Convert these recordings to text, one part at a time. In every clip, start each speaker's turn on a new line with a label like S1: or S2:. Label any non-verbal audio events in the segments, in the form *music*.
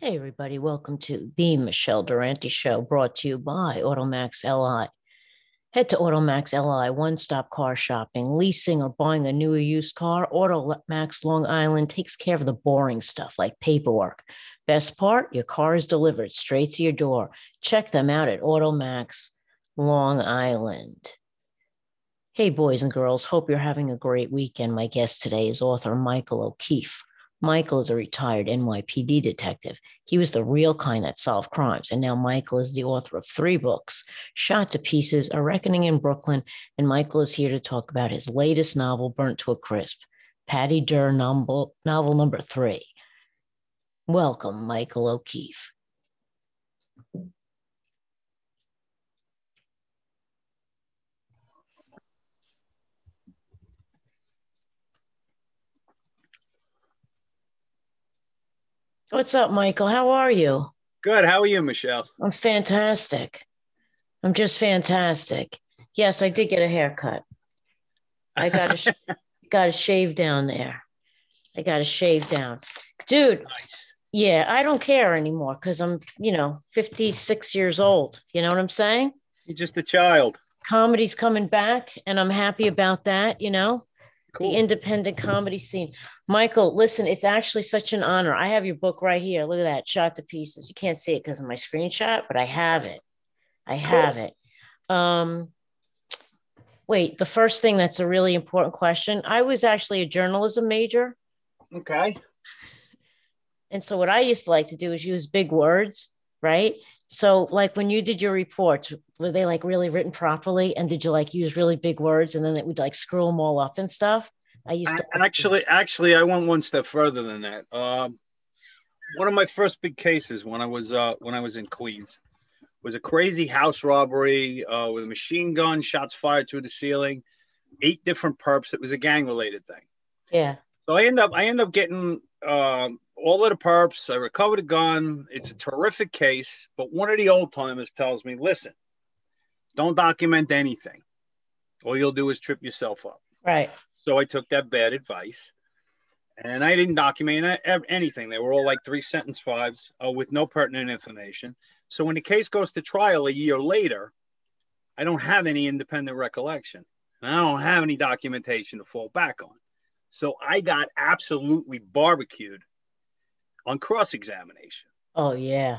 S1: Hey, everybody, welcome to the Michelle Durante Show brought to you by Automax LI. Head to Automax LI, one stop car shopping, leasing, or buying a new or used car. Automax Long Island takes care of the boring stuff like paperwork. Best part, your car is delivered straight to your door. Check them out at Automax Long Island. Hey, boys and girls, hope you're having a great weekend. My guest today is author Michael O'Keefe. Michael is a retired NYPD detective. He was the real kind that solved crimes. And now Michael is the author of three books Shot to Pieces, A Reckoning in Brooklyn. And Michael is here to talk about his latest novel, Burnt to a Crisp, Patty Durr novel, novel number three. Welcome, Michael O'Keefe. What's up, Michael? How are you?
S2: Good. How are you, Michelle?
S1: I'm fantastic. I'm just fantastic. Yes, I did get a haircut. I got a sh- got a shave down there. I got a shave down. Dude,
S2: Nice.
S1: yeah, I don't care anymore cuz I'm, you know, 56 years old. You know what I'm saying?
S2: You're just a child.
S1: Comedy's coming back and I'm happy about that, you know?
S2: Cool.
S1: the independent comedy scene. Michael, listen, it's actually such an honor. I have your book right here. Look at that, shot to pieces. You can't see it because of my screenshot, but I have it. I have it. Um, wait, the first thing that's a really important question. I was actually a journalism major.
S2: okay.
S1: And so what I used to like to do is use big words, right? So like when you did your reports, were they like really written properly? And did you like use really big words and then it would like screw them all up and stuff? I used
S2: A-
S1: to
S2: Actually, actually, I went one step further than that. Um, one of my first big cases when I was uh, when I was in Queens was a crazy house robbery uh, with a machine gun, shots fired through the ceiling, eight different perps. It was a gang related thing.
S1: yeah.
S2: So I end up I end up getting um, all of the perps. I recovered a gun. It's a terrific case, but one of the old timers tells me, "Listen, don't document anything. All you'll do is trip yourself up."
S1: Right.
S2: So I took that bad advice, and I didn't document a- ev- anything. They were all like three sentence fives uh, with no pertinent information. So when the case goes to trial a year later, I don't have any independent recollection, and I don't have any documentation to fall back on. So I got absolutely barbecued on cross examination.
S1: Oh yeah.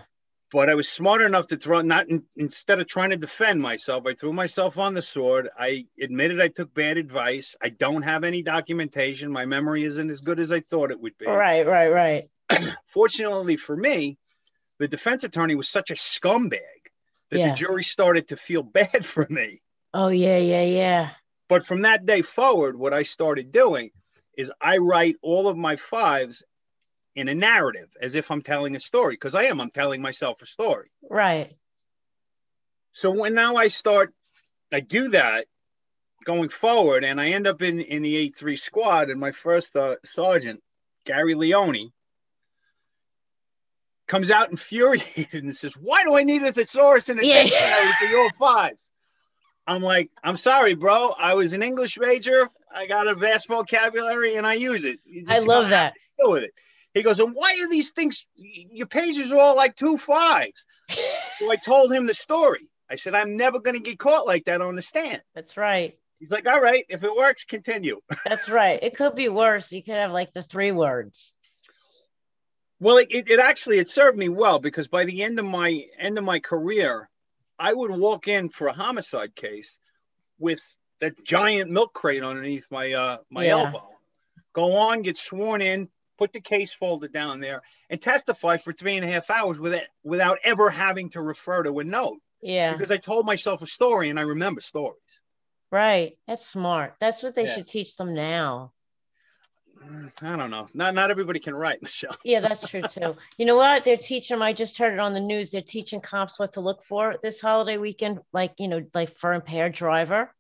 S2: But I was smart enough to throw not in, instead of trying to defend myself, I threw myself on the sword. I admitted I took bad advice. I don't have any documentation. My memory isn't as good as I thought it would be.
S1: Right, right, right.
S2: Fortunately for me, the defense attorney was such a scumbag that
S1: Yeah.
S2: the jury started to feel bad *laughs* for me.
S1: Oh yeah, yeah, yeah.
S2: But from that day forward, what I started doing is I write all of my fives in a narrative as if I'm telling a story because I am. I'm telling myself a story.
S1: Right.
S2: So when now I start, I do that going forward, and I end up in in the eight three squad, and my first uh, sergeant Gary Leone comes out infuriated and says, "Why do I need a thesaurus and a
S1: Yeah.
S2: dictionary for your fives? I'm like, "I'm sorry, bro. I was an English major. I got a vast vocabulary, and I use it. You
S1: I
S2: just
S1: love that.
S2: deal with it." He goes, "And why are these things? Your pages are all like two fives. So I told him the story. I said, I'm never going to get caught like that on the stand.
S1: That's right.
S2: He's like, all right, if it works, continue.
S1: That's right. It could be worse. You could have like the three words.
S2: Well, it, it, it actually, it served me well because by the end of my end of my career, I would walk in for a homicide case with that giant milk crate underneath my uh, my
S1: Yeah.
S2: elbow. Go on, get sworn in, put the case folder down there, and testify for three and a half hours without without ever having to refer to a note
S1: Yeah.
S2: because I told myself a story and I remember stories.
S1: Right. That's smart. That's what they
S2: Yeah.
S1: should teach them now.
S2: Mm, I don't know. Not not everybody can write, *laughs* Michelle.
S1: Yeah, that's true too. You know what? They're teaching them. I just heard it on the news. They're teaching cops what to look for this holiday weekend, like, you know, like for impaired driver.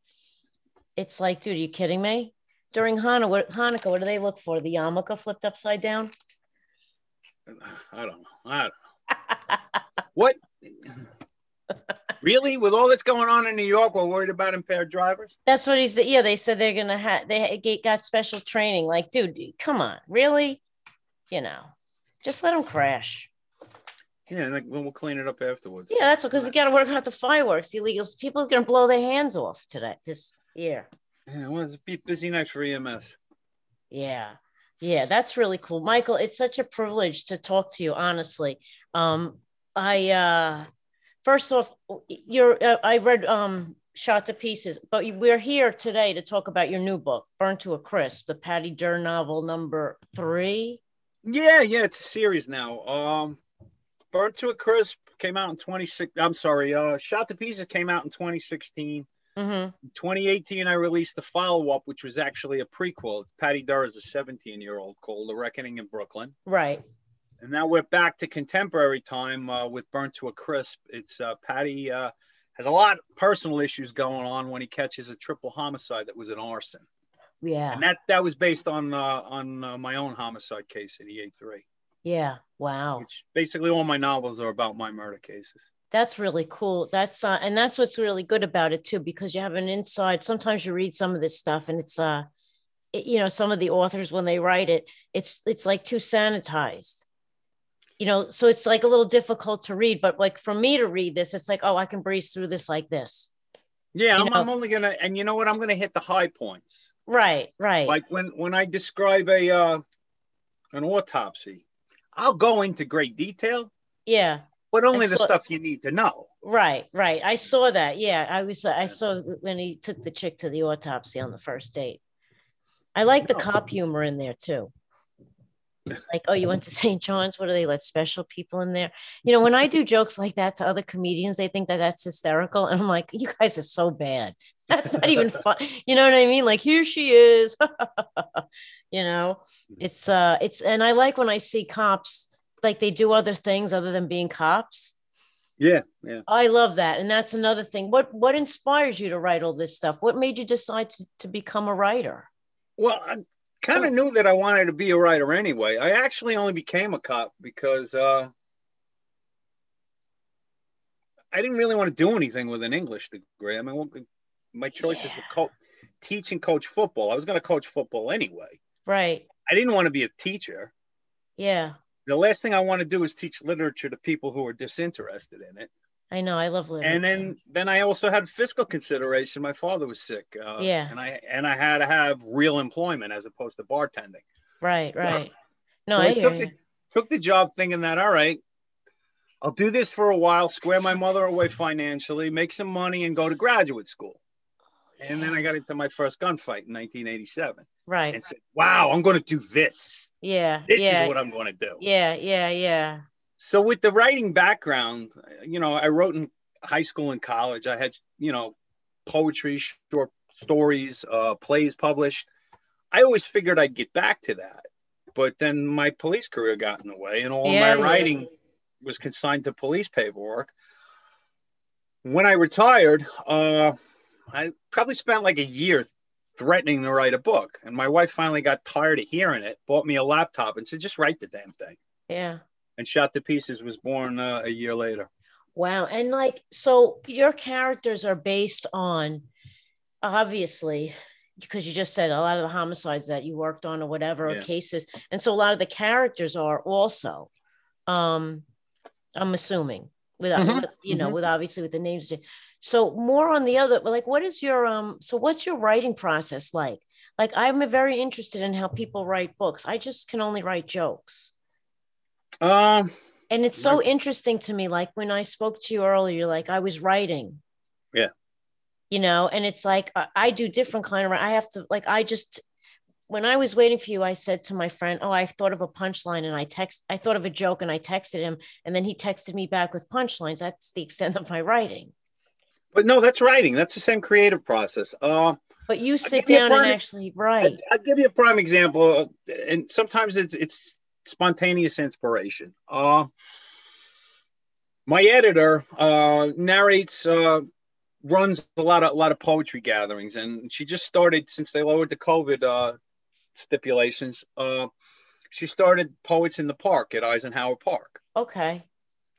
S1: It's like, dude, are you kidding me? During Hanukkah, what, Hanukkah, what do they look for? The yarmulke flipped upside down? *laughs*
S2: I don't know. I don't know. what? really? With all that's going on in New York, we're worried about impaired drivers.
S1: That's what he's. Yeah, they said they're gonna have. They ha- get- got special training. Like, dude, come on, really? You know, just let them crash.
S2: Yeah, and like, well, we'll clean it up afterwards.
S1: Yeah, that's because you got to work out the fireworks. The illegals, people are going to blow their hands off today, this year.
S2: Yeah, well, it's a bu- busy night for E EMS.
S1: Yeah. Yeah, that's really cool. Michael, it's such a privilege to talk to you, honestly. Um, I, uh, first off, you're, uh, I read um, Shot to Pieces, but you- we're here today to talk about your new book, Burned to a Crisp, the Patty Durr novel number three.
S2: Yeah, yeah, it's a series now. Um, Burnt to a Crisp came out in 26. I'm sorry, uh, Shot to Pieces came out in 2016.
S1: Mm-hmm.
S2: In 2018, I released the follow up, which was actually a prequel. Patty Durr is a 17 year old called The Reckoning in Brooklyn.
S1: Right.
S2: And now we're back to contemporary time uh, with Burnt to a Crisp. It's uh, Patty uh, has a lot of personal issues going on when he catches a triple homicide that was an arson.
S1: Yeah.
S2: And that, that was based on, uh, on uh, my own homicide case, 883.
S1: Yeah. Wow.
S2: which basically all my novels are about my murder cases.
S1: That's really cool. That's uh, and that's what's really good about it too, because you have an inside. Sometimes you read some of this stuff, and it's uh, it- you know, some of the authors when they write it, it's it's like too sanitized. You know, so it's like a little difficult to read. But like for me to read this, it's like, oh, I can breeze through this like this.
S2: Yeah,
S1: You
S2: I'm, I'm only gonna, and you know what? I'm gonna hit the high points.
S1: Right. Right.
S2: Like when when I describe a uh, an autopsy, I'll go into great detail,
S1: yeah.
S2: but only the
S1: saw-
S2: stuff you need to know.
S1: Right, right. I saw that. Yeah, I was. uh, I
S2: Yeah.
S1: saw th- when he took the chick to the autopsy on the first date. I like the
S2: No.
S1: cop humor in there too. Like, oh, you went to St. John's? What do they let special people in there? You know, when I do jokes like that to other comedians, they think that that's hysterical, and I'm like, you guys are so bad. *laughs* That's not even fun. You know what I mean? Like, here she is. *laughs* you know, it's uh, it's and I like when I see cops like they do other things other than being cops.
S2: Yeah, yeah.
S1: I love that. And that's another thing. What what inspires you to write all this stuff? What made you decide to, to become a writer?
S2: Well, I kind of knew that I wanted to be a writer anyway. I actually only became a cop because uh, I didn't really want to do anything with an English degree. I mean, what- my choices
S1: Yeah.
S2: were co- teach and coach football. I was going to coach football anyway.
S1: Right.
S2: I didn't want to be a teacher.
S1: Yeah.
S2: The last thing I want to do is teach literature to people who are disinterested in it.
S1: I know. I love literature.
S2: And then, then I also had fiscal consideration. My father was sick. Uh,
S1: Yeah.
S2: And I and I had to have real employment as opposed to bartending.
S1: right, right. No,
S2: So
S1: I
S2: I
S1: hear
S2: took
S1: you.
S2: it- took the job thinking that all right i'll do this for a while square my mother away financially make some money and go to graduate school and then i got into my first gunfight in 1987
S1: Right.
S2: and said wow i'm going to do this
S1: Yeah.
S2: this
S1: yeah.
S2: is what i'm going to do
S1: yeah. Yeah. Yeah.
S2: so with the writing background you know i wrote in high school and college i had you know poetry short stories uh, plays published i always figured i'd get back to that but then my police career got in the way and all
S1: Yeah, yeah.
S2: my writing was consigned to police paperwork when i retired uh, i probably spent like a year threatening to write a book and my wife finally got tired of hearing it bought me a laptop and said just write the damn thing
S1: Yeah.
S2: and Shot to Pieces was born uh, a year later.
S1: Wow. And like, so your characters are based on obviously, because you just said a lot of the homicides that you worked on or whatever, or
S2: Yeah.
S1: cases. And so a lot of the characters are also, um, I'm assuming, without,
S2: Mhm,
S1: with- you know,
S2: mhm.
S1: with obviously with the names. So more on the other, like, what is your, um, so what's your writing process like? Like, I'm very interested in how people write books. I just can only write jokes.
S2: Um,
S1: And it's so
S2: Right.
S1: interesting to me. Like when I spoke to you earlier, like I was writing.
S2: Yeah.
S1: You know, and it's like I, I do different kind of. I have to like I just when I was waiting for you, I said to my friend, "Oh, I thought of a punchline," and I text. I thought of a joke, and I texted him, and then he texted me back with punchlines. That's the extent of my writing.
S2: but no, that's writing. That's the same creative process. Uh,
S1: But you sit
S2: give you a
S1: down and
S2: prime-
S1: actually write.
S2: I'll give you a prime example, uh, and sometimes it's it's spontaneous inspiration. Uh, my editor uh, narrates, uh, runs a lot of a lot of poetry gatherings, and she just started since they lowered the COVID uh, stipulations. Uh, she started poets in the park at Eisenhower Park.
S1: Okay.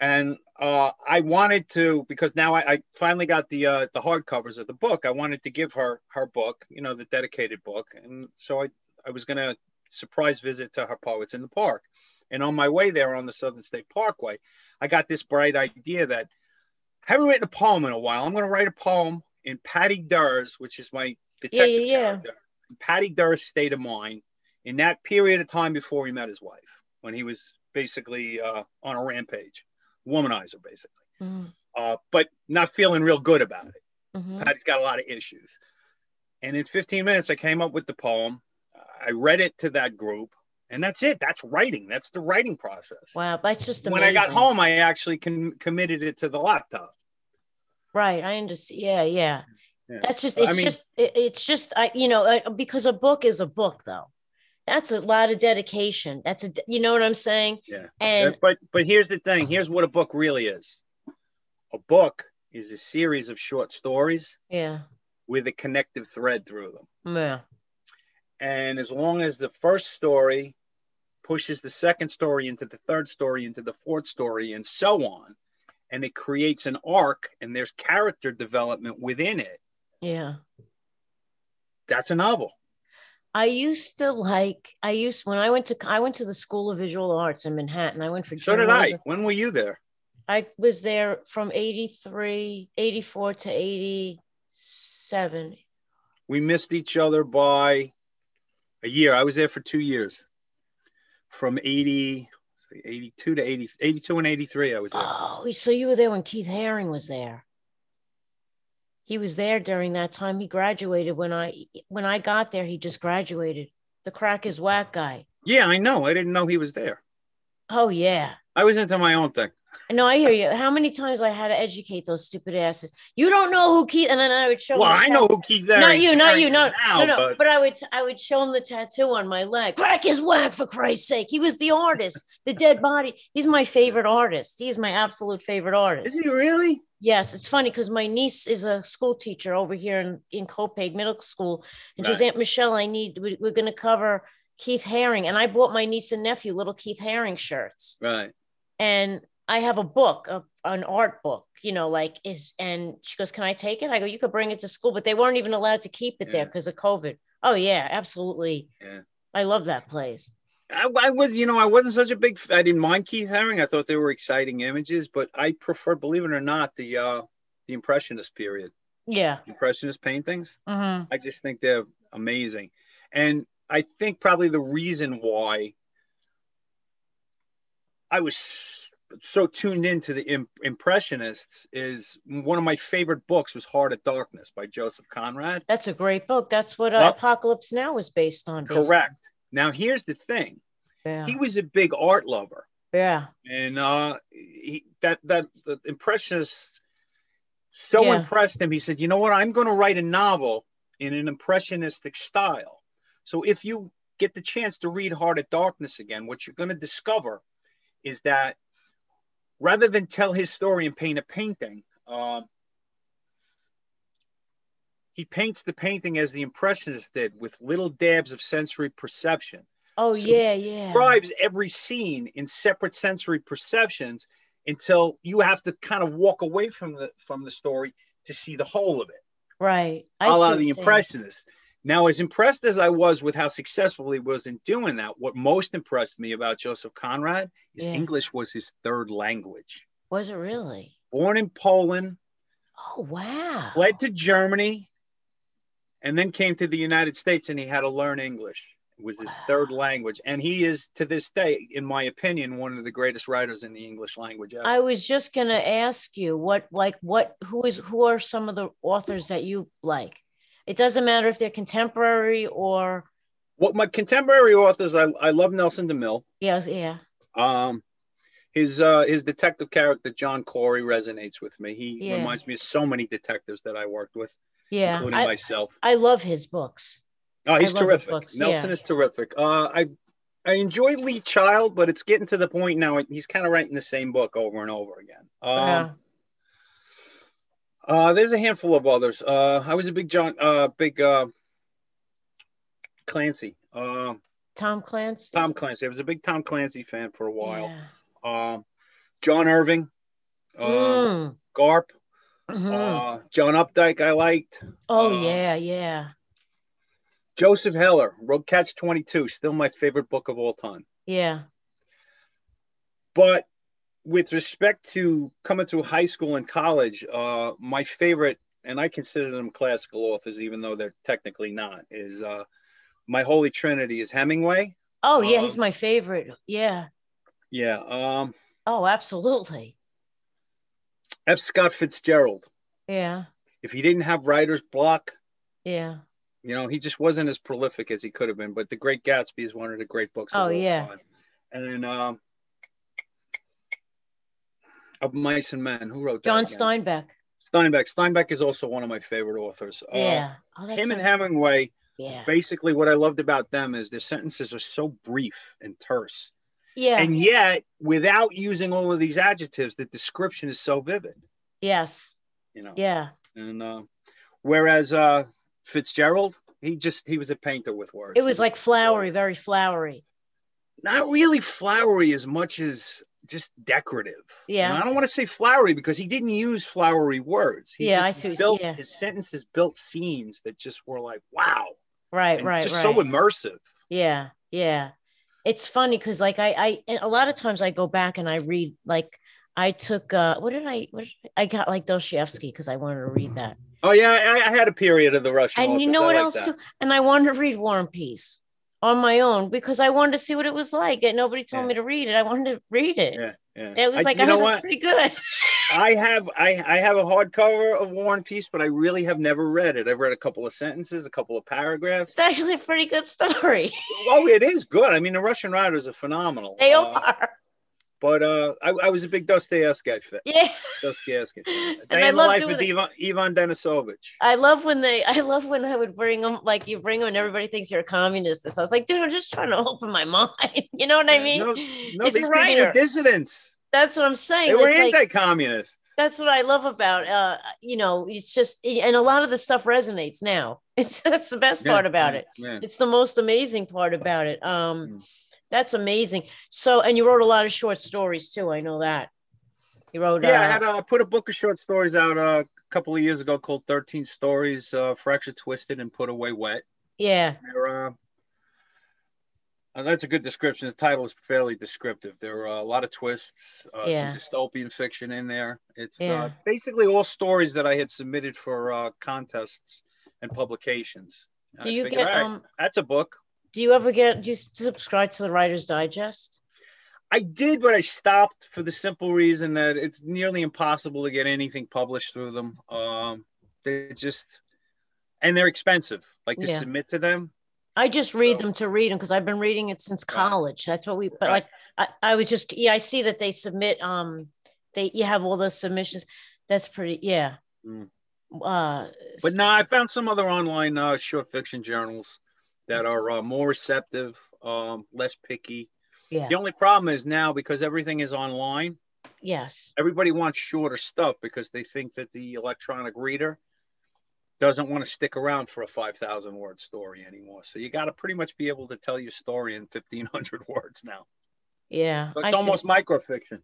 S2: and uh, I wanted to because now I, I finally got the uh, the hardcovers of the book. I wanted to give her her book, you know, the dedicated book, and so I I was gonna surprise visit to her poets in the park. And on my way there on the Southern State Parkway, I got this bright idea that I haven't written a poem in a while. I'm going to write a poem in Patty Durr's, which is my
S1: Yeah, yeah,
S2: detective
S1: yeah.
S2: character, Patty Durr's state of mind in that period of time before he met his wife, when he was basically uh, on a rampage, womanizer, basically, uh, but not feeling real good about it.
S1: Mhm.
S2: Patty's got a lot of issues. And in 15 minutes, I came up with the poem. I read it to that group, and that's it. That's writing. That's the writing process.
S1: Wow, that's just amazing.
S2: when I got home, I actually com- committed it to the laptop.
S1: Right. I understand. Yeah, yeah.
S2: Yeah.
S1: That's just,
S2: So, I
S1: it's
S2: mean-
S1: just, it- it's just, I, you know, uh, because a book is a book though. That's a lot of dedication. That's a, d- you know what I'm saying?
S2: Yeah.
S1: And
S2: Uh, but but here's the thing. Here's what a book really is. A book is a series of short stories
S1: yeah,
S2: with a connective thread through them.
S1: yeah,
S2: And as long as the first story pushes the second story into the third story, into the fourth story, and so on, and it creates an arc and there's character development within it,
S1: yeah.
S2: that's a novel.
S1: I used to like, I used, when I went to, I went to the School of Visual Arts in Manhattan. I went for
S2: So did
S1: journalism.
S2: I. When were you there?
S1: I was there from 83, 84 to 87.
S2: We missed each other by a year. I was there for two years from 80, 82 to 80, 82 and 83. I was there.
S1: Oh, so you were there when Keith Haring was there. He was there during that time. He graduated when I when I got there. He just graduated. The crack is whack guy.
S2: yeah, I know. I didn't know he was there.
S1: Oh yeah.
S2: I was into my own thing.
S1: No, I hear you. How many times I had to educate those stupid asses? You don't know who Keith, and then I would show.
S2: well,
S1: him the
S2: I
S1: tat-
S2: know who Keith there.
S1: Not you, not you, no,
S2: now,
S1: no, no.
S2: but-
S1: But, I would, I would show him the tattoo on my leg. Crack is whack for Christ's sake. He was the artist, the dead body. He's my favorite artist. He's my absolute favorite artist.
S2: Is he really?
S1: Yes, it's funny because my niece is a school teacher over here in, in Copeg Middle School. And she's
S2: Right.
S1: Aunt Michelle, I need, we, we're going to cover Keith Haring. And I bought my niece and nephew little Keith Haring shirts.
S2: Right.
S1: And I have a book, a, an art book, you know, like is, and she goes, Can I take it? I go, You could bring it to school, but they weren't even allowed to keep it there
S2: Yeah.
S1: because of COVID. Oh, yeah, absolutely.
S2: Yeah.
S1: I love that place.
S2: I, I was, you know, I wasn't such a big. f- I didn't mind Keith Haring. I thought they were exciting images, but I prefer, believe it or not, the uh, the impressionist period,
S1: Yeah.
S2: impressionist paintings.
S1: Mm-hmm.
S2: I just think they're amazing, and I think probably the reason why I was s- so tuned into the Im- impressionists is one of my favorite books was Heart of Darkness by Joseph Conrad.
S1: That's a great book. That's what uh,
S2: Well-
S1: Apocalypse Now is based on. basically.
S2: Correct. Now here's the thing:
S1: Yeah.
S2: he was a big art lover.
S1: yeah.
S2: and uh he, that that the impressionist so
S1: Yeah.
S2: impressed him he said you know what i'm going to write a novel in an impressionistic style so if you get the chance to read heart of darkness again what you're going to discover is that rather than tell his story and paint a painting um, he paints the painting as the impressionists did with little dabs of sensory perception
S1: Oh,
S2: So
S1: yeah, yeah.
S2: describes every scene in separate sensory perceptions until you have to kind of walk away from the from the story to see the whole of it.
S1: Right.
S2: A
S1: see
S2: la
S1: what
S2: the
S1: you're saying.
S2: impressionists. Now, as impressed as I was with how successful he was in doing that, what most impressed me about Joseph Conrad is
S1: Yeah.
S2: English was his third language.
S1: Was it really?
S2: Born in Poland,
S1: Oh wow.
S2: fled to Germany, and then came to the United States and he had to learn English. It was his
S1: Wow.
S2: third language. And he is to this day, in my opinion, one of the greatest writers in the English language ever.
S1: I was just gonna ask you what like what who is who are some of the authors that you like? It doesn't matter if they're contemporary or
S2: what my contemporary authors, I, I love Nelson DeMille.
S1: yes, yeah.
S2: Um his uh his detective character John Corey resonates with me. He
S1: Yeah.
S2: reminds me of so many detectives that I worked with,
S1: Yeah.
S2: including
S1: I,
S2: myself.
S1: I love his books.
S2: Oh, he's
S1: love his
S2: terrific.
S1: books,
S2: Nelson
S1: yeah.
S2: is terrific. Uh, I I enjoy Lee Child, but it's getting to the point now. He's kind of writing the same book over and over again. Um,
S1: Yeah.
S2: uh, there's a handful of others. Uh, I was a big John, uh, big uh, Clancy, uh,
S1: Tom Clancy.
S2: Tom Clancy. I was a big Tom Clancy fan for a while.
S1: Yeah.
S2: Um, John Irving, uh,
S1: Mm,
S2: Garp,
S1: mhm.
S2: uh, John Updike. I liked
S1: oh
S2: uh,
S1: yeah, yeah.
S2: Joseph Heller wrote Catch Twenty Two. Still my favorite book of all time.
S1: Yeah.
S2: But with respect to coming through high school and college, uh, my favorite, and I consider them classical authors, even though they're technically not, is uh, my holy trinity is Hemingway.
S1: Oh yeah,
S2: Um,
S1: he's my favorite. Yeah.
S2: Yeah, um,
S1: Oh, absolutely.
S2: F. Scott Fitzgerald.
S1: Yeah.
S2: If he didn't have writer's block,
S1: Yeah.
S2: you know, he just wasn't as prolific as he could have been. But The Great Gatsby is one of the great books.
S1: Oh,
S2: of all
S1: yeah.
S2: time. And then um, Of Mice and Men. Who wrote that
S1: John
S2: again?
S1: Steinbeck.
S2: Steinbeck. Steinbeck is also one of my favorite authors. Uh,
S1: yeah. Oh, that's
S2: him
S1: so-
S2: and Hemingway.
S1: yeah.
S2: Basically, what I loved about them is their sentences are so brief and terse,
S1: Yeah.
S2: and yet without using all of these adjectives, the description is so vivid.
S1: yes.
S2: You know.
S1: Yeah.
S2: And uh, whereas uh, Fitzgerald, he just he was a painter with words.
S1: It
S2: He
S1: was like flowery, very flowery.
S2: not really flowery as much as just decorative. You know,
S1: Yeah.
S2: I don't want to say flowery because he didn't use flowery words. He
S1: Yeah,
S2: just
S1: I see what you-
S2: built
S1: yeah.
S2: his sentences built scenes that just were like, wow.
S1: Right.
S2: And
S1: right.
S2: just
S1: right.
S2: so immersive.
S1: Yeah, yeah. It's funny because like I, I and a lot of times I go back and I read like I took uh what did I what did I, I got like Dostoevsky because I wanted to read that.
S2: Oh yeah, I, I had a period of the Russian.
S1: And you
S2: authors.
S1: know
S2: I
S1: what
S2: like
S1: else
S2: that.
S1: too? And I wanted to read War and Peace on my own because I wanted to see what it was like. And nobody told
S2: Yeah.
S1: me to read it. I wanted to read it.
S2: Yeah, yeah.
S1: It was
S2: I-
S1: like
S2: you
S1: I
S2: know
S1: was
S2: what?
S1: like, pretty good. *laughs*
S2: I have I, I have a hardcover of War and Peace, but I really have never read it. I've read a couple of sentences, a couple of paragraphs.
S1: It's actually a pretty good story. *laughs*
S2: oh, it is good. I mean, the Russian writers are phenomenal.
S1: They
S2: Uh,
S1: are. *laughs*
S2: But uh, I, I was a big Dostoevsky fan.
S1: Yeah.
S2: Dostoevsky.
S1: *laughs* And
S2: Day
S1: I
S2: in the
S1: love
S2: life
S1: doing
S2: of
S1: it.
S2: Ivan, Ivan Denisovich.
S1: I love when they, I love when I would bring them, like you bring them and everybody thinks you're a communist. This, I was like, dude, I'm just trying to open my *laughs* mind. You know what I
S2: Yeah,
S1: mean?
S2: no- No,
S1: it's
S2: these
S1: a
S2: people were
S1: writer.
S2: dissidents.
S1: That's what I'm saying.
S2: They were
S1: It's like-
S2: anti-communist.
S1: that's what I love about, uh, you know, it's just, and a lot of the stuff resonates now. *laughs* It's, that's the best part about it.
S2: Yeah.
S1: It's the most amazing part about it. Um,
S2: Mm.
S1: that's amazing. So, and you wrote a lot of short stories too. I know that you wrote,
S2: Yeah, I
S1: uh,
S2: had uh, put a book of short stories out uh, a couple of years ago called 13 Stories, uh, Fractured, Twisted, and Put Away Wet.
S1: yeah,
S2: They're, uh, uh, that's a good description. The title is fairly descriptive. There are a lot of twists, uh,
S1: Yeah.
S2: some dystopian fiction in there. It's uh,
S1: Yeah.
S2: basically all stories that I had submitted for uh, contests and publications. And
S1: do
S2: I
S1: you
S2: figured,
S1: get,
S2: all right,
S1: um,
S2: that's a book.
S1: do you ever get, do you subscribe to the Writer's Digest?
S2: I did, but I stopped for the simple reason that it's nearly impossible to get anything published through them. Um, they just and they're expensive. Like to
S1: Yeah.
S2: submit to them.
S1: I just read
S2: So-
S1: them to read them because I've been reading it since
S2: Right.
S1: college. That's what we, but
S2: Right.
S1: like, I, I was just, yeah, I see that they submit, um, they, you have all the submissions. That's pretty, yeah.
S2: Mm.
S1: Uh,
S2: But no, I found some other online uh, short fiction journals that are uh, more receptive, um, less picky.
S1: yeah,
S2: The only problem is now because everything is online,
S1: yes,
S2: everybody wants shorter stuff because they think that the electronic reader doesn't want to stick around for a 5,000 word story anymore. So you got to pretty much be able to tell your story in 1,500 *laughs* words now.
S1: yeah.
S2: So
S1: I
S2: it's
S1: see.
S2: almost microfiction.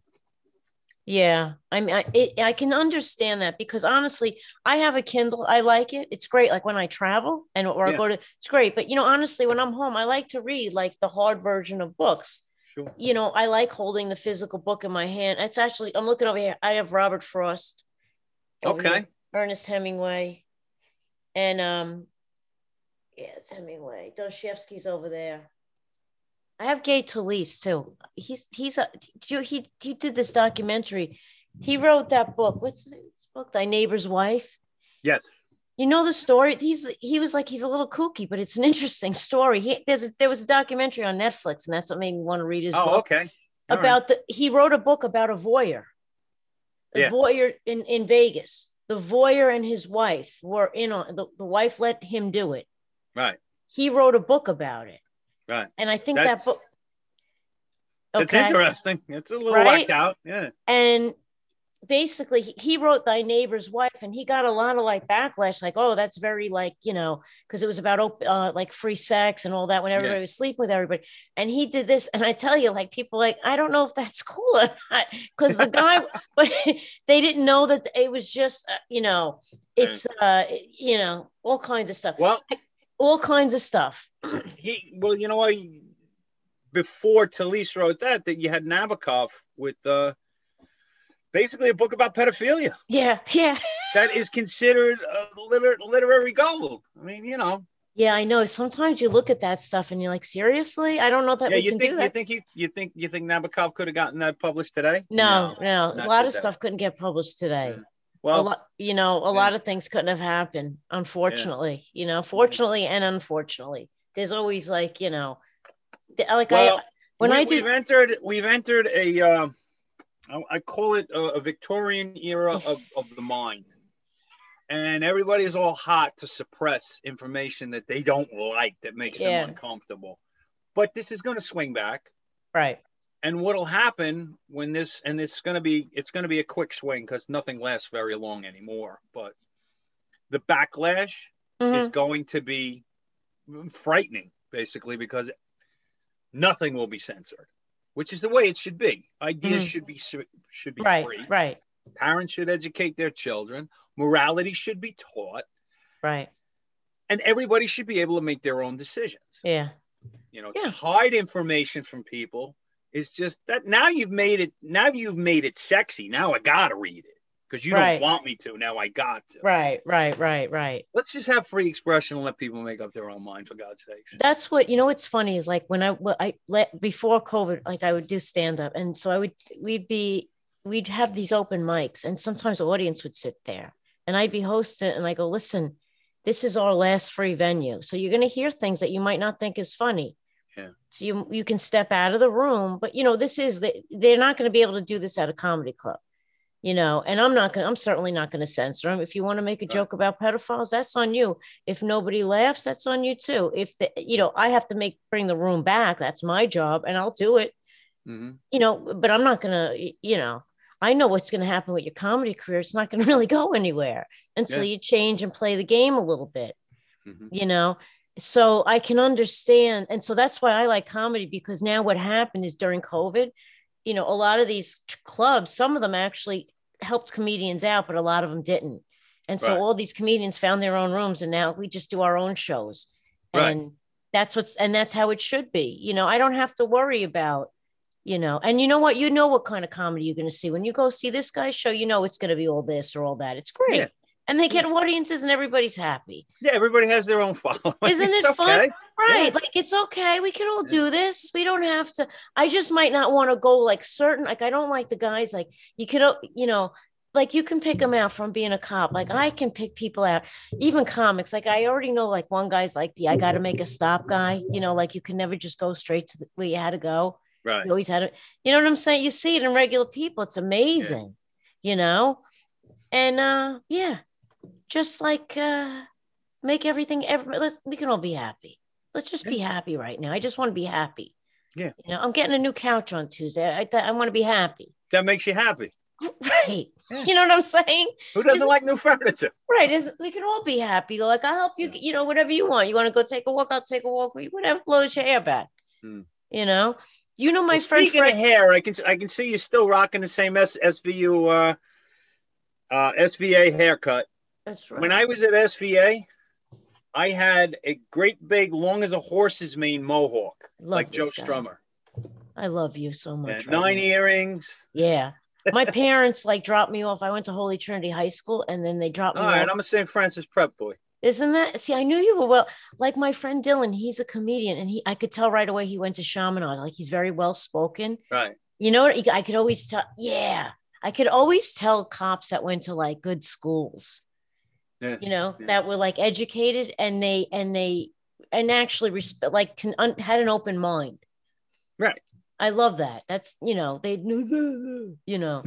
S1: Yeah, I mean, I, it, I can understand that because honestly, I have a Kindle. I like it. It's great. Like when I travel and or I
S2: Yeah.
S1: go to, it's great. But you know, honestly, when I'm home, I like to read like the hard version of books.
S2: Sure.
S1: You know, I like holding the physical book in my hand. It's actually, I'm looking over here. I have Robert Frost. over here,
S2: Okay.
S1: Ernest Hemingway, and um, yeah, it's Hemingway. Dostoevsky's over there. I have Gay Talese too. He's he's a you- he he did this documentary. He wrote that book. What's this book? Thy Neighbor's Wife.
S2: Yes.
S1: You know the story. He's he was like he's a little kooky, but it's an interesting story. He, there's a, there was a documentary on Netflix, and that's what made me want to read his book
S2: Oh, okay. All right.
S1: about the he wrote a book about a voyeur the
S2: Yeah.
S1: voyeur in in vegas the voyeur and his wife were in on the, the wife let him do it
S2: Right.
S1: he wrote a book about it
S2: Right.
S1: and i think
S2: That's,
S1: that book
S2: that's
S1: okay
S2: interesting. It's a little
S1: Right?
S2: whacked out. Yeah.
S1: and basically he, he wrote thy neighbor's wife and he got a lot of like backlash like oh that's very like you know because it was about op- uh, like free sex and all that when
S2: Yeah.
S1: everybody was sleeping with everybody and he did this and i tell you like people like i don't know if that's *laughs* cool or not because the
S2: *laughs*
S1: guy *laughs* but they didn't know that it was just uh, you know it's uh you know all kinds of stuff
S2: Well,
S1: all kinds of stuff
S2: he well you know what before Talese wrote that that you had Nabokov with uh, basically a book about pedophilia
S1: Yeah, yeah.
S2: that is considered a liter- literary gold. I mean, you know,
S1: Yeah, I know. Sometimes you look at that stuff and you're like, seriously? I don't know that
S2: yeah,
S1: we
S2: you
S1: can
S2: think
S1: do
S2: you
S1: that.
S2: think he, you think you think Nabokov could have gotten that published today?
S1: no, no,
S2: not
S1: A lot of
S2: today.
S1: stuff couldn't get published today.
S2: Yeah.
S1: a
S2: Well,
S1: lot, you know, a
S2: yeah. Mm-hmm.
S1: lot of things couldn't have happened, unfortunately. You know, fortunately and unfortunately. There's always like, you know, th- like I
S2: Well,
S1: when
S2: we,
S1: I do
S2: we've entered we've entered a um, I, I call it a, a Victorian
S1: *laughs*
S2: era of, of the mind, and everybody's all hot to suppress information that they don't like that makes
S1: Yeah.
S2: them uncomfortable. But this is going to swing back,
S1: right.
S2: and what'll happen when this and it's going to be it's going to be a quick swing because nothing lasts very long anymore. But the backlash is
S1: Mhm.
S2: going to be frightening, basically, because nothing will be censored, which is the way it should be. Ideas
S1: Mhm.
S2: should be should be
S1: Right,
S2: free.
S1: right,
S2: Parents should educate their children. Morality should be taught,
S1: right.
S2: and everybody should be able to make their own decisions.
S1: Yeah.
S2: You know,
S1: Yeah.
S2: to hide information from people is just that. Now you've made it. Now you've made it sexy. Now I gotta read it because you
S1: Right.
S2: don't want me to. Now I got to.
S1: Right, right, right, right.
S2: Let's just have free expression and let people make up their own mind. For God's sakes.
S1: That's what you know. What's funny is like when I wh- I let before COVID, like I would do stand up, and so I would we'd be we'd have these open mics, and sometimes the audience would sit there, and I'd be hosting, and I go, listen, this is our last free venue, so you're gonna hear things that you might not think is funny.
S2: Yeah.
S1: So you you can step out of the room, but you know this is the, they're not gonna be able to do this at a comedy club. You know, and I'm not gonna. I'm certainly not gonna censor them. If you want to make a
S2: Right.
S1: joke about pedophiles, that's on you if nobody laughs that's on you too if the, you know i have to make bring the room back that's my job and i'll do it
S2: Mm-hmm.
S1: you know but i'm not gonna y- you know i know what's gonna happen with your comedy career it's not gonna *laughs* really go anywhere until you change and play the game a little bit
S2: Mhm.
S1: you know so i can understand and so that's why i like comedy because now what happened is during covid you know a lot of these t- clubs some of them actually helped comedians out but a lot of them didn't and so
S2: Right.
S1: all these comedians found their own rooms and now we just do our own shows
S2: Right.
S1: and that's what's and that's how it should be you know i don't have to worry about you know and you know what you know what kind of comedy you're going to see when you go see this guy's show you know it's going to be all this or all that it's great
S2: Yeah.
S1: and they get audiences and everybody's happy
S2: Yeah, everybody has their own following.
S1: *laughs* Isn't
S2: It's
S1: it fun?
S2: okay.
S1: Right.
S2: Yeah.
S1: Like it's okay. We can all
S2: Yeah.
S1: do this. We don't have to. I just might not want to go like certain. Like I don't like the guys like you could, o- you know, like you can pick them out from being a cop. Like I can pick people out, even comics. Like I already know like one guy's like the I got to make a stop guy. You know, like you can never just go straight to the, where you had to go.
S2: Right.
S1: You always had it. You know what I'm saying? You see it in regular people. It's amazing. You know, and uh yeah, just like uh make everything every let's we can all be happy let's just be happy right now i just want to be happy
S2: Yeah.
S1: you know i'm getting a new couch on tuesday i, I want to be happy *laughs*
S2: That makes you happy.
S1: right
S2: Yeah.
S1: you know what i'm saying
S2: Who doesn't
S1: Isn't-
S2: like new furniture?
S1: right isn't we can all be happy like i'll help you
S2: Yeah.
S1: you know whatever you want you want to go take a walk i'll take a walk with you, whatever blows your hair back
S2: Hmm.
S1: you know you know *laughs* my
S2: Well,
S1: friend
S2: Speaking
S1: Frank,
S2: of hair, I can I can see you still rocking the same S, SVU uh, uh, SVA haircut.
S1: that's right
S2: When I was at SVA, I had a great big, long as a horse's mane mohawk,
S1: love
S2: like Joe
S1: this guy.
S2: Strummer.
S1: i love you so
S2: Yeah,
S1: much right
S2: nine e-
S1: now.
S2: earrings. *laughs*
S1: yeah my parents like dropped me off i went to holy trinity high school and then they dropped me
S2: All right,
S1: off
S2: I'm a St. Francis prep boy.
S1: Isn't that? See, I knew you were well. Like my friend Dylan, he's a comedian, and he I could tell right away he went to Shamanad. Like he's very well spoken.
S2: Right.
S1: You know, you- I could always tell. Yeah, I could always tell cops that went to like good schools.
S2: Yeah,
S1: You know,
S2: yeah.
S1: that were like educated and they and they and actually respect like can un, had an open mind.
S2: Right.
S1: I love that. That's you know they *laughs* knew you
S2: *laughs*
S1: know,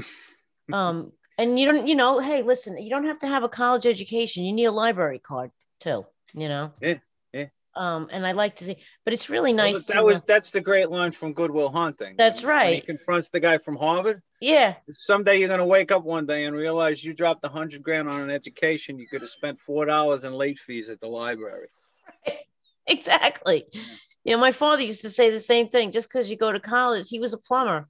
S1: um, and you don't you know hey listen you don't have to have a college education you need a library card too you know
S2: Yeah, yeah.
S1: um and I like to see but it's really
S2: Well,
S1: nice
S2: that
S1: to
S2: was
S1: uh,
S2: that's the great line from Goodwill Hunting.
S1: That's
S2: When- when
S1: right.
S2: he confronts the guy from Harvard.
S1: yeah
S2: someday you're going to wake up one day and realize you dropped a hundred grand on an education you could have spent four dollars in late fees at the library
S1: *laughs* exactly you know my father used to say the same thing just because you go to college he was a plumber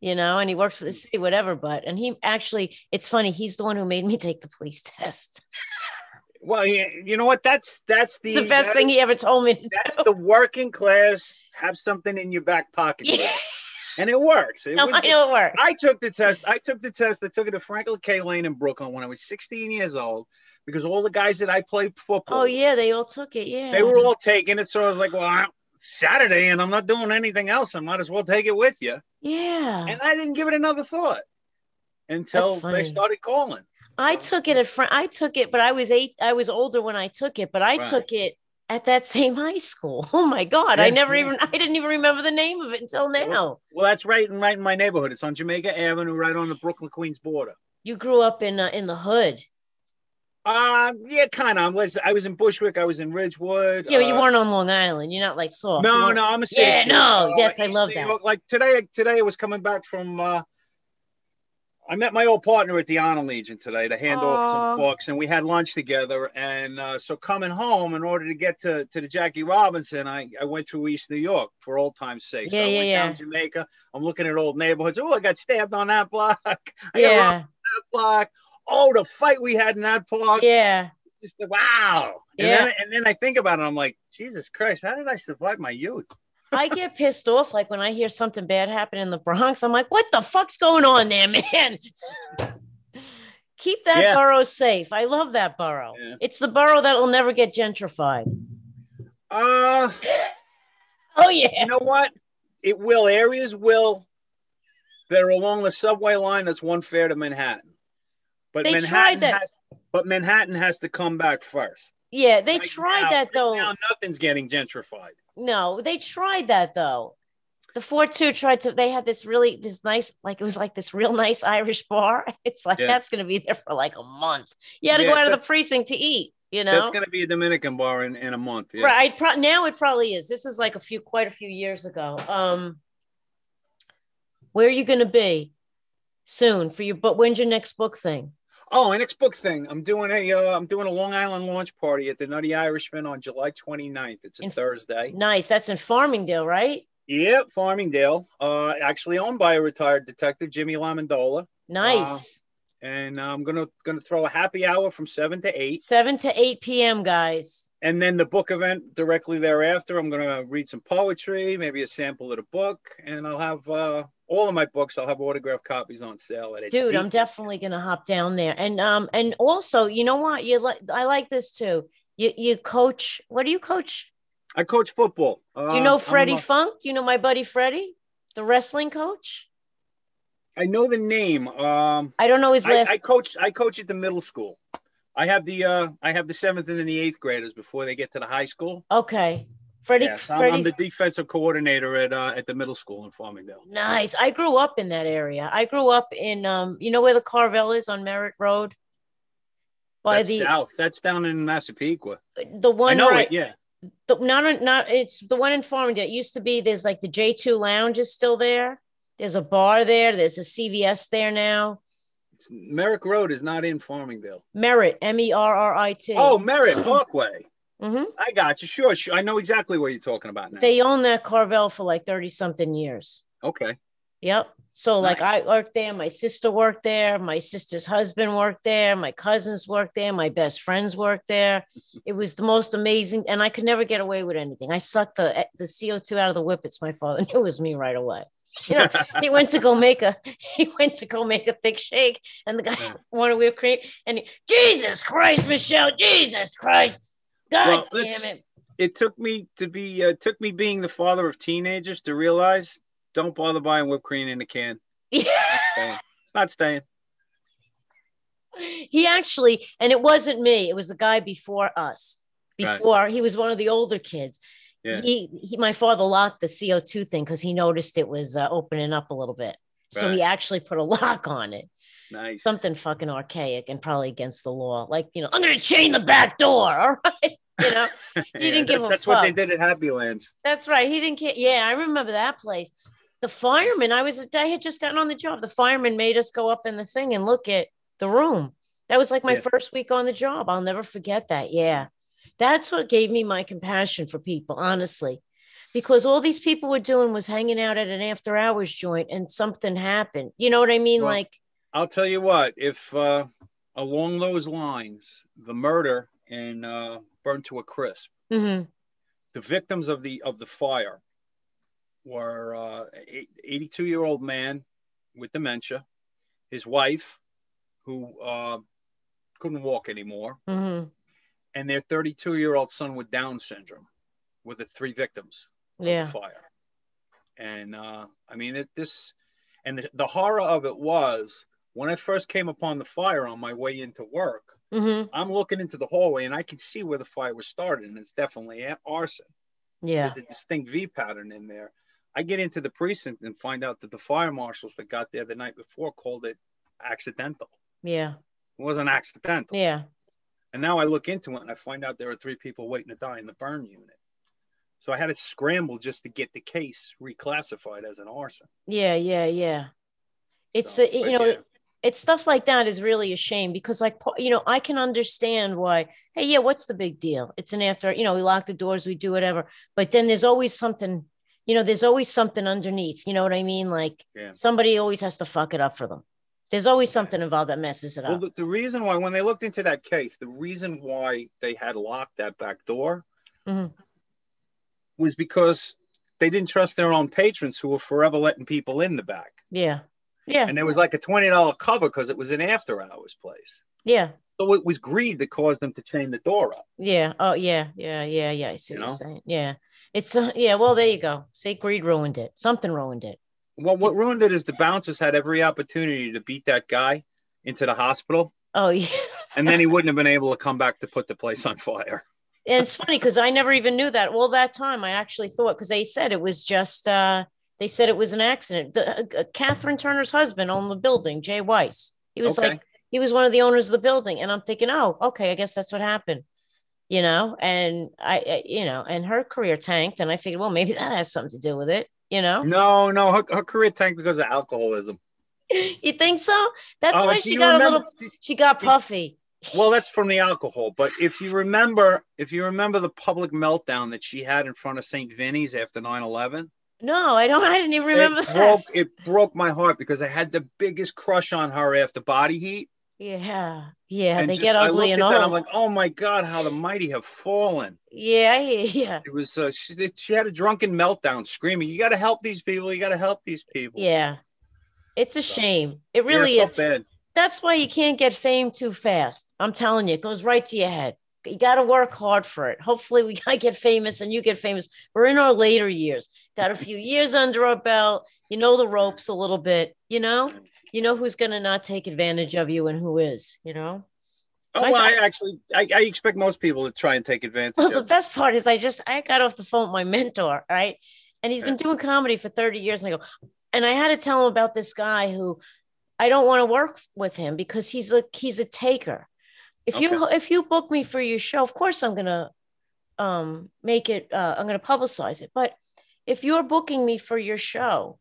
S1: you know and he worked for the city *laughs* whatever but and he actually it's funny he's the one who made me take the police test
S2: Well, you you know what? That's that's the,
S1: It's the best
S2: that
S1: thing
S2: is-
S1: he ever told me. to *laughs*
S2: That's
S1: do.
S2: the working class. Have something in your back pocket,
S1: Yeah.
S2: and it works. It
S1: No,
S2: was-
S1: *laughs* I know it worked.
S2: I took the test. I took the test. I took it to Franklin K. Lane in Brooklyn when I was 16 years old because all the guys that I played football,
S1: Oh yeah, they all took it. Yeah,
S2: they were all taking it. So I was like, well, I'm Saturday and I'm not doing anything else. I might as well take it with you.
S1: Yeah,
S2: And I didn't give it another thought until
S1: That's
S2: they
S1: funny.
S2: started calling.
S1: I took it at Fran- I took it, but I was eight. I was older when I took it, but I
S2: Right.
S1: took it at that same high school. *laughs* Oh my god, I
S2: Yeah,
S1: never
S2: yeah.
S1: even *laughs* I didn't even remember the name of it until
S2: It was-
S1: now.
S2: Well, that's right in right in my neighborhood. It's on Jamaica Avenue, right on the Brooklyn Queens border.
S1: You grew up in uh, in the hood.
S2: Um, yeah, kind of. I was I was in Bushwick. I was in Ridgewood.
S1: Yeah, but you
S2: uh,
S1: weren't on Long Island. You're not like soft. You
S2: No,
S1: weren't-
S2: no, I'm a city
S1: Yeah,
S2: kid.
S1: no,
S2: Uh,
S1: yes, I
S2: East
S1: love
S2: New
S1: that.
S2: York, like today, today I was coming back from. Uh, I met my old partner at the Honor Legion today to hand off
S1: Aw.
S2: some books, and we had lunch together. And uh, so coming home, in order to get to, to the Jackie Robinson, I, I went through East New York for old times' sake.
S1: Yeah,
S2: so I
S1: yeah,
S2: went
S1: yeah.
S2: down Jamaica. I'm looking at old neighborhoods. Oh, I got stabbed on that *laughs* block. I got robbed on
S1: Yeah,
S2: that block. Oh, the fight we had in that park
S1: yeah.
S2: just the- wow. And,
S1: Yeah.
S2: then, and then I think about it, I'm like, Jesus Christ, how did I survive my youth?
S1: I get pissed off like when I hear something bad happen in the Bronx. I'm like, what the fuck's going on there, *laughs* man? Keep that
S2: Yeah.
S1: borough safe. I love that borough.
S2: Yeah.
S1: It's the borough that'll never get gentrified.
S2: Uh,
S1: Oh yeah.
S2: you know what? It will. Areas will that are along the subway line that's one fare to Manhattan. But
S1: They tried
S2: Manhattan
S1: that.
S2: Has, but Manhattan has to come back first.
S1: Yeah, they
S2: Right
S1: tried
S2: now-
S1: that though.
S2: Now nothing's getting gentrified.
S1: No, they tried that though. The 4 2 tried to, they had this really, this nice, like it was like this real nice Irish bar. *laughs* It's like,
S2: Yeah.
S1: that's going to be there for like a month. You had to
S2: Yeah,
S1: go out of
S2: that-
S1: the precinct to eat, you know?
S2: That's going to be a Dominican bar in, in a month. Yeah.
S1: Right. Pro- now it probably is. This is like a few, quite a few years ago. Um, where are you going to be soon for your book? When's your next book thing?
S2: Oh, and next book thing. I'm doing a uh, I'm doing a Long Island launch party at the Nutty Irishman on July 29th. It's a
S1: In-
S2: Thursday.
S1: Nice. That's in Farmingdale, right?
S2: Yep, Farmingdale. Uh, actually owned by a retired detective, Jimmy Lamandola.
S1: Nice.
S2: And uh, I'm gonna gonna throw a happy hour from seven to eight,
S1: Seven to eight p.m. guys.
S2: and then the book event directly thereafter. I'm gonna read some poetry, maybe a sample of the book, and I'll have uh, all of my books. I'll have autographed copies on sale at a
S1: Dude, I'm
S2: deep-
S1: definitely gonna hop down there. And um, and also, you know what? You like I like this too. You you coach. What do you coach?
S2: I coach football. Uh,
S1: Do you know Freddie Funk? Do you know my buddy Freddie, the wrestling coach?
S2: I know the name. Um,
S1: I don't know his
S2: I,
S1: last.
S2: I coach. I coach at the middle school. I have the uh, I have the seventh and then the eighth graders before they get to the high school.
S1: okay, Freddie.
S2: Yes, I'm, I'm
S1: Freddie's
S2: the defensive coordinator at uh, at the middle school in Farmingdale.
S1: Nice. I grew up in that area. I grew up in um, you know where the Carvel is on Merritt Road? By
S2: That's
S1: the
S2: south. That's down in Massapequa.
S1: the one
S2: I know
S1: right
S2: it. Yeah.
S1: the, not not it's the one in Farmingdale. It used to be there's like the J2 lounge is still there. There's a bar there, there's a CVS there now.
S2: It's, Merrick Road is not in Farmingdale.
S1: Merritt, M-E-R-R-I-T.
S2: Oh, Merritt Parkway.
S1: Mhm.
S2: I got you. Sure, sure. I know exactly what you're talking about now.
S1: they own that Carvel for like 30 something years. *laughs*
S2: okay.
S1: Yep. So like
S2: Nice.
S1: I worked there, my sister worked there, my sister's husband worked there, my cousins worked there, my best friends worked
S2: *laughs*
S1: there. It was the most amazing, and I could never get away with anything. I sucked the the CO two out of the whippets. My *laughs* father knew it was me right away. You know, he went to go make a *laughs* he went to go make a thick shake, and the guy
S2: Yeah.
S1: *laughs* wanted whipped cream, and he, Jesus Christ, Michelle, Jesus Christ, God
S2: Well, let's-
S1: damn it.
S2: *laughs*
S1: *laughs*
S2: it took me to be uh, took me being the father of teenagers to realize don't bother buying whipped cream in a can. It's not staying. It's not staying.
S1: he actually and it wasn't me it was a guy before us
S2: Right.
S1: before he was one of the older kids
S2: Yeah.
S1: he, he my father locked the co2 thing because he noticed it was uh, opening up a little bit so he actually put a *laughs* lock on it
S2: Nice.
S1: something fucking archaic and probably against the law like you know i'm gonna chain the back door *laughs* all right you know didn't give a
S2: That's what they
S1: fuck.
S2: did at Happy Lands.
S1: that's right. He didn't care. Yeah, I remember that place. The fireman, I was I had just gotten on the job. The fireman made us go up in the thing and look at the room. That was like my
S2: Yeah.
S1: first week on the job. I'll never forget that. Yeah. That's what gave me my compassion for people, honestly. Because all these people were doing was hanging out at an after hours joint and something happened. You know what I mean?
S2: Well,
S1: like
S2: I'll tell you what, if uh, along those lines, the murder and uh, burned to a crisp.
S1: Mm-hmm.
S2: The victims of the of the fire were uh, a 82 year old man with dementia, his wife, who uh, couldn't walk anymore,
S1: Mm-hmm.
S2: and their 32 year old son with Down syndrome were the three victims of the
S1: Yeah.
S2: fire. And uh, I mean, it, this, and the, the horror of it was when I first came upon the fire on my way into work,
S1: Mm-hmm.
S2: I'm looking into the hallway and I can see where the fire was started, and it's definitely a- arson.
S1: Yeah.
S2: There's a distinct V pattern in there. I get into the precinct and find out that the fire marshals that got there the night before called it accidental.
S1: Yeah.
S2: It wasn't accidental.
S1: Yeah.
S2: And now I look into it and I find out there are three people waiting to die in the burn unit. So I had to scramble just to get the case reclassified as an arson.
S1: Yeah. Yeah. Yeah. It's
S2: So,
S1: uh, you
S2: but
S1: know
S2: yeah.
S1: it's stuff like that is really a shame because like pa- you know I can understand why hey yeah what's the big deal it's an after you know we lock the doors we do whatever but then there's always something you know there's always something underneath you know what I mean like
S2: Yeah.
S1: somebody always has to fuck it up for them there's always something involved that messes it
S2: Well,
S1: up
S2: the, the reason why, when they looked into that case, the reason why they had locked that back door
S1: Mhm.
S2: was because they didn't trust their own patrons who were forever letting people in the back.
S1: yeah yeah
S2: And there was like a $20 cover because it was an after hours place.
S1: yeah
S2: So it was greed that caused them to chain the door up.
S1: yeah oh yeah yeah yeah yeah I see
S2: You
S1: what
S2: know?
S1: you're saying yeah it's uh, yeah well there you go say greed ruined it something ruined it
S2: Well, what ruined it is the bouncers had every opportunity to beat that guy into the hospital,
S1: oh *laughs* yeah.
S2: and then he wouldn't have been able to come back to put the place on fire.
S1: and it's funny because I never even knew that. Well, that time I actually thought because they said it was just uh, they said it was an accident. The, uh, Catherine Turner's husband owned the building, Jay Weiss. He was
S2: Okay.
S1: like he was one of the owners of the building, and I'm thinking, oh, okay, I guess that's what happened. You know, and I, I you know, and her career tanked, and I figured, well, maybe *laughs* that has something to do with it. You know,
S2: No, no, her, her career tanked because of alcoholism.
S1: *laughs* you think so? That's
S2: Mm. Oh,
S1: why
S2: do
S1: she
S2: you
S1: got a
S2: remember-
S1: little, she got
S2: do-
S1: puffy.
S2: Well, that's from the alcohol. But if you remember, if you remember the public meltdown that she had in front of St. Vinny's after 9 11,
S1: No, I don't. *laughs* I didn't even remember
S2: it,
S1: that.
S2: broke, it broke my heart because I had the biggest crush on her after Body Heat.
S1: Yeah, yeah,
S2: and
S1: they
S2: just-
S1: get
S2: I
S1: ugly
S2: looked
S1: and
S2: at
S1: all.
S2: that, I'm like, oh my God, how the mighty have fallen.
S1: yeah, *laughs* yeah, yeah.
S2: It was, uh, she, she had a drunken meltdown screaming, you got to help these people. You got to help these people.
S1: Yeah. It's a
S2: So-
S1: shame. It
S2: Yeah,
S1: really
S2: so
S1: is.
S2: bad.
S1: That's why you can't get fame too fast. I'm telling you, it goes right to your head. You got to work hard for it. Hopefully, we *laughs* I get famous and you get famous. We're in our later years. Got a few years under our belt. You know the ropes a little bit. You know, you know who's going to not take advantage of you and who is. You know.
S2: Oh,
S1: My
S2: well, I
S1: fa-
S2: actually, I, I expect most people to try and take advantage
S1: Well,
S2: of
S1: the
S2: it.
S1: best part is I just I got off the phone with my mentor, right? And he's been doing comedy for 30 years. And I go, and I had to tell him about this guy who I don't want to work with him because he's a he's a taker. If you if you book me for your show, of course I'm gonna um make it uh, I'm gonna publicize it. But if you're booking me for your show,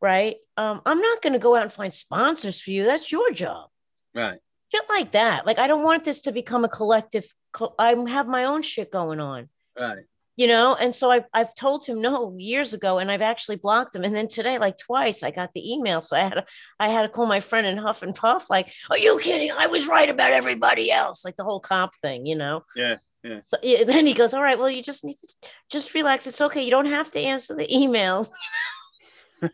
S1: right? Um, I'm not gonna go out and find sponsors for you. That's your job
S2: Right.
S1: shit like that. Like I don't want this to become a collective. Co- I have my own shit going on,
S2: Right.
S1: you know. And so I I've told him no years ago, and I've actually blocked him. And then today, like twice, I got the email, so I had to, I had to call my friend and huff and puff. Like, are you kidding? I was right about everybody else. Like the whole comp thing, you know.
S2: Yeah, yeah.
S1: So yeah, then he goes, all right, well, you just need to just relax. It's okay. You don't have to answer the
S2: *laughs*
S1: emails. *laughs*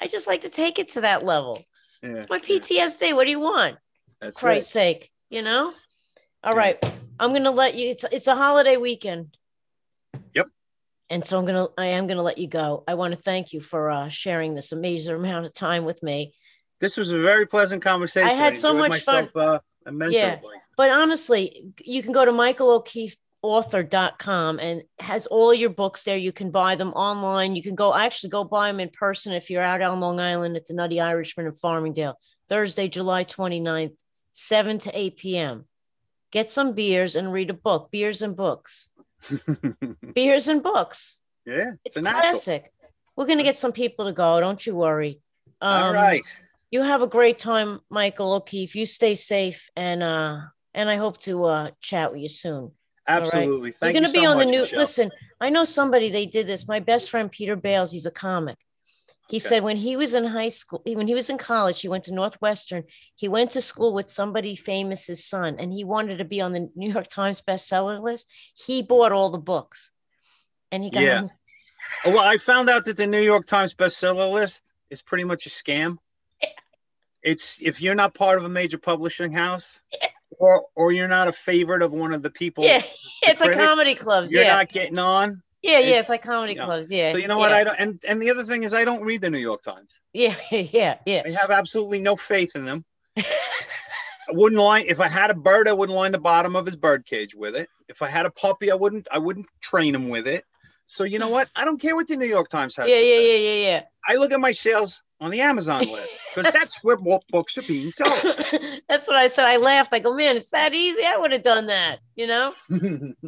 S1: I just like to take it to that level.
S2: Yeah.
S1: It's my
S2: yeah,
S1: PTSD. What do you want?
S2: that's right.
S1: Christ's sake, you know? All
S2: Yeah.
S1: right, I'm gonna let you it's it's a holiday weekend.
S2: Yep.
S1: And so I'm gonna I am gonna let you go. I want to thank you for uh sharing this amazing amount of time with me.
S2: This was a very pleasant conversation.
S1: I had so
S2: enjoyed
S1: much fun.
S2: myself, Uh, immeasurably.
S1: But honestly, you can go to Michael O'Keefe author.com and has all your books there you can buy them online you can go actually go buy them in person if you're out on long island at the nutty irishman in farmingdale thursday july 29th 7 to 8 p.m get some beers and read a book beers and
S2: *laughs*
S1: books beers and books
S2: yeah.
S1: it's
S2: a natural.
S1: classic we're going to get some people to go don't you worry um,
S2: All right.
S1: you have a great time, Michael O'Keefe. You stay safe, and uh, and I hope to uh, chat with you soon.
S2: Absolutely. Thank
S1: You're
S2: you
S1: going to
S2: so
S1: be on the
S2: much,
S1: new.
S2: Michelle.
S1: Listen, I know somebody. They did this. My best friend Peter Bales. He's a comic, He said when he was in high school, when he was in college, he went to Northwestern. He went to school with somebody famous, his son, and he wanted to be on the *laughs* New York Times bestseller list. He bought all the books, and he got. *laughs*
S2: Yeah.
S1: on-
S2: Oh, Well, I found out that the New York Times bestseller list is pretty much a scam. It's if you're not part of a major publishing house, or or you're not a favorite of one of the people,
S1: yeah, it's like
S2: critics,
S1: comedy clubs.
S2: you're
S1: Yeah,
S2: not getting on.
S1: yeah, yeah.
S2: it's-
S1: It's like comedy
S2: yeah.
S1: clubs. Yeah.
S2: So you know what?
S1: yeah.
S2: I don't. And and the other thing is, I don't read the New York Times.
S1: Yeah, *laughs* yeah, yeah.
S2: I have absolutely no faith
S1: *laughs*
S2: in them. I wouldn't line if I had a bird, I wouldn't line the bottom of his bird cage with it. If I had a puppy, I wouldn't I wouldn't train him with it. So you know what? I don't care what the New York Times has.
S1: Yeah,
S2: to
S1: yeah,
S2: say.
S1: yeah, yeah,
S2: I look at my sales on the Amazon list
S1: *laughs*
S2: because that's where more books are being sold.
S1: yeah. *coughs* That's what I said. I laughed. I go, man, it's that easy. I would have done that, you know,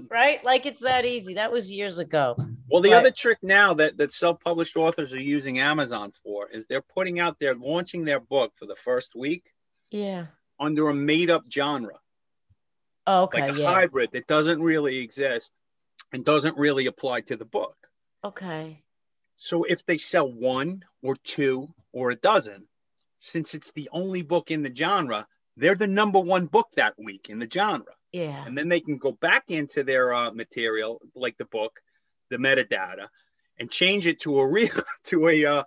S1: right? Like it's that easy. That was years ago.
S2: well, the
S1: Right.
S2: other trick now that, that self published authors are using Amazon for is they're putting out, they're launching their book for the first week
S1: Yeah.
S2: under a made up genre,
S1: Oh, okay.
S2: like a
S1: yeah.
S2: hybrid that doesn't really exist and doesn't really apply to the book.
S1: okay.
S2: So if they sell one or two or a dozen, since it's the only book in the genre, they're the number one book that week in the genre.
S1: Yeah.
S2: and then they can go back into their uh, material like the book the metadata and change it to a real *laughs* to a uh,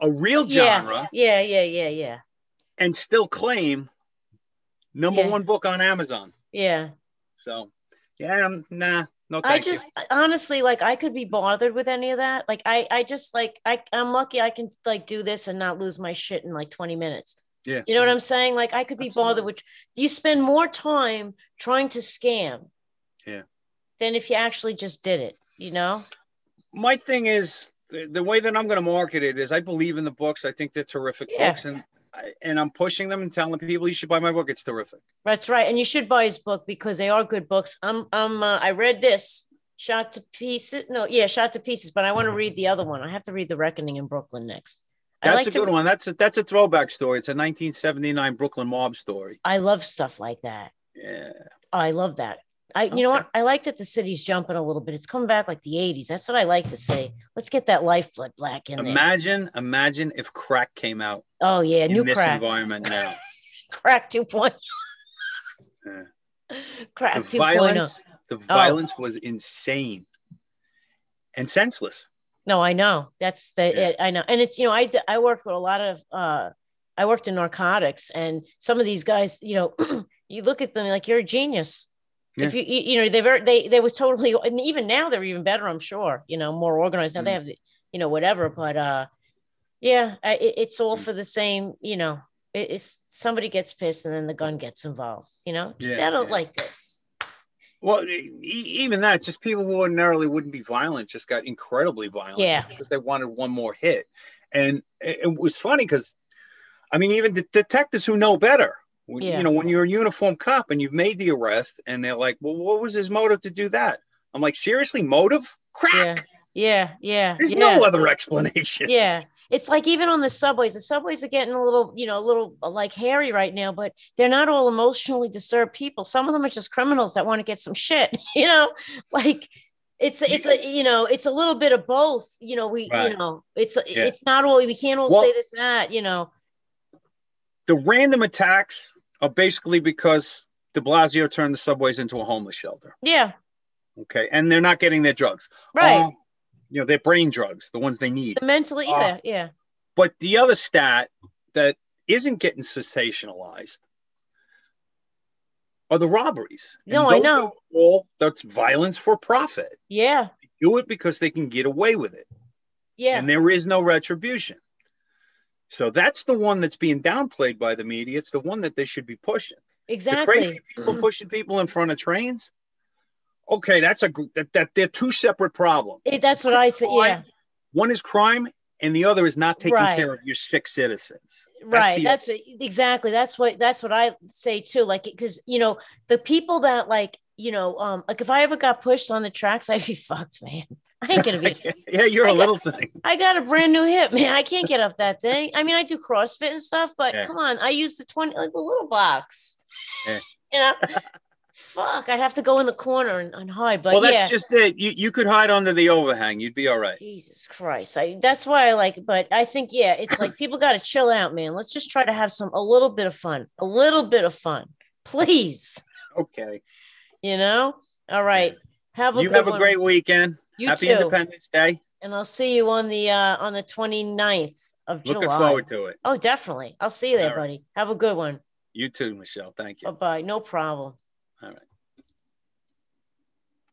S2: a real
S1: Yeah.
S2: genre
S1: Yeah. Yeah. Yeah. Yeah.
S2: and still claim number
S1: Yeah.
S2: one book on amazon
S1: Yeah.
S2: so yeah i'm nah no
S1: I
S2: thank you.
S1: just honestly like I could be bothered with any of that. Like I I just like I I'm lucky I can like do this and not lose my shit in like 20 minutes.
S2: Yeah.
S1: You know what I'm saying? Like I could be bothered
S2: Absolutely.
S1: with you spend more time trying to scam.
S2: Yeah.
S1: Than if you actually just did it, you know?
S2: my thing is the, the way that i'm going to market it is i believe in the books i think they're terrific
S1: Yeah.
S2: books and I- and i'm pushing them and telling people you should buy my book it's terrific
S1: That's right. And you should buy his book because they are good books. I'm I'm uh, I read this Shot to Pieces. No, yeah, Shot to Pieces, but I want to read the other one. I have to read The Reckoning in Brooklyn next. I
S2: Mm-hmm. that's
S1: like
S2: a
S1: to
S2: good one that's a that's a throwback story it's a 1979 brooklyn mob story
S1: I love stuff like that.
S2: yeah
S1: I love that. I, you know
S2: Okay.
S1: what? I like that the city's jumping a little bit. It's coming back like the '80s. That's what I like to say. Let's get that lifeblood black in there.
S2: Imagine, imagine if crack came out
S1: oh yeah,
S2: in
S1: new
S2: this
S1: crack,
S2: environment now.
S1: *laughs* crack 2.0,
S2: Yeah.
S1: crack oh. 2.0.
S2: The violence, the violence was insane and senseless.
S1: No, I know. That's the
S2: Yeah.
S1: it, I know, and it's you know I d- I worked with a lot of uh I worked in narcotics, and some of these guys, you know, *clears throat* you look at them like you're a genius. If you, you you know they very they they were totally and even now they're even better I'm sure you know more organized
S2: Mm.
S1: now they have you know whatever but uh yeah I, it, it's all
S2: Mm.
S1: for the same you know it, it's somebody gets pissed and then the gun gets involved you know just
S2: Yeah,
S1: settle it
S2: yeah.
S1: like this
S2: Well, e- e- even that, just people who ordinarily wouldn't be violent just got incredibly violent
S1: Yeah.
S2: just because they wanted one more hit. And it, it was funny because, I mean, even the detectives who know better, when-
S1: Yeah.
S2: you know, when you're a uniform cop and you've made the arrest and they're like, well, what was his motive to do that? I'm like, seriously, motive? Crack.
S1: yeah yeah yeah
S2: There's
S1: yeah.
S2: no other explanation.
S1: yeah it's like even on the subways the subways are getting a little you know a little uh, like hairy right now but they're not all emotionally disturbed people some of them are just criminals that want to get some shit *laughs* you know like it's it's a you know it's a little bit of both you know we
S2: Right.
S1: you know it's
S2: Yeah.
S1: it's not all we can't all
S2: Well-
S1: say this and that you know
S2: the random attacks are basically because de Blasio turned the subways into a homeless shelter.
S1: yeah
S2: Okay. And they're not getting their drugs.
S1: right
S2: Um, you know, their brain drugs, the ones they need.
S1: the mental
S2: uh,
S1: either yeah
S2: But the other stat that isn't getting sensationalized are the robberies.
S1: No, I
S2: those
S1: know.
S2: are All that's violence for profit.
S1: yeah
S2: Do it because they can get away with it.
S1: yeah
S2: and there is no retribution. So that's the one that's being downplayed by the media. It's the one that they should be pushing. The
S1: exactly
S2: crazy people pushing people in front of trains. Okay, that's a gr- that, that they're two separate problems.
S1: It- that's what i said yeah
S2: Crime, One is crime, and the other is not taking
S1: Right.
S2: care of your sick citizens.
S1: right
S2: the-
S1: that's what- exactly that's what that's what i say too like because you know the people that like you know um like if i ever got pushed on the tracks *laughs* i'd be fucked man i ain't gonna be
S2: *laughs* yeah, you're
S1: I
S2: a
S1: got-
S2: little thing.
S1: i got a brand new hip man i can't get up that thing i mean i do crossfit and stuff but
S2: Yeah.
S1: come on i use the 20 like the little box
S2: *laughs* Yeah.
S1: you know fuck, I'd have to go in the corner and, and hide. But
S2: well, that's
S1: yeah,
S2: just it. You you could hide under the overhang. You'd be all right.
S1: Jesus Christ, I that's why I like. But I think yeah, it's like people got to chill out, man. Let's just try to have some a little bit of fun, a little bit of fun, please.
S2: Okay.
S1: You know. All right. Have a
S2: you
S1: good
S2: have a
S1: one.
S2: great weekend.
S1: you
S2: Happy
S1: too.
S2: Independence Day.
S1: and I'll see you on the uh on the 29th of
S2: Looking
S1: July.
S2: forward to it.
S1: Oh, definitely. I'll see you there,
S2: All right.
S1: buddy. Have a good one. Oh.
S2: You too, Michelle. Thank you.
S1: Bye bye. No problem.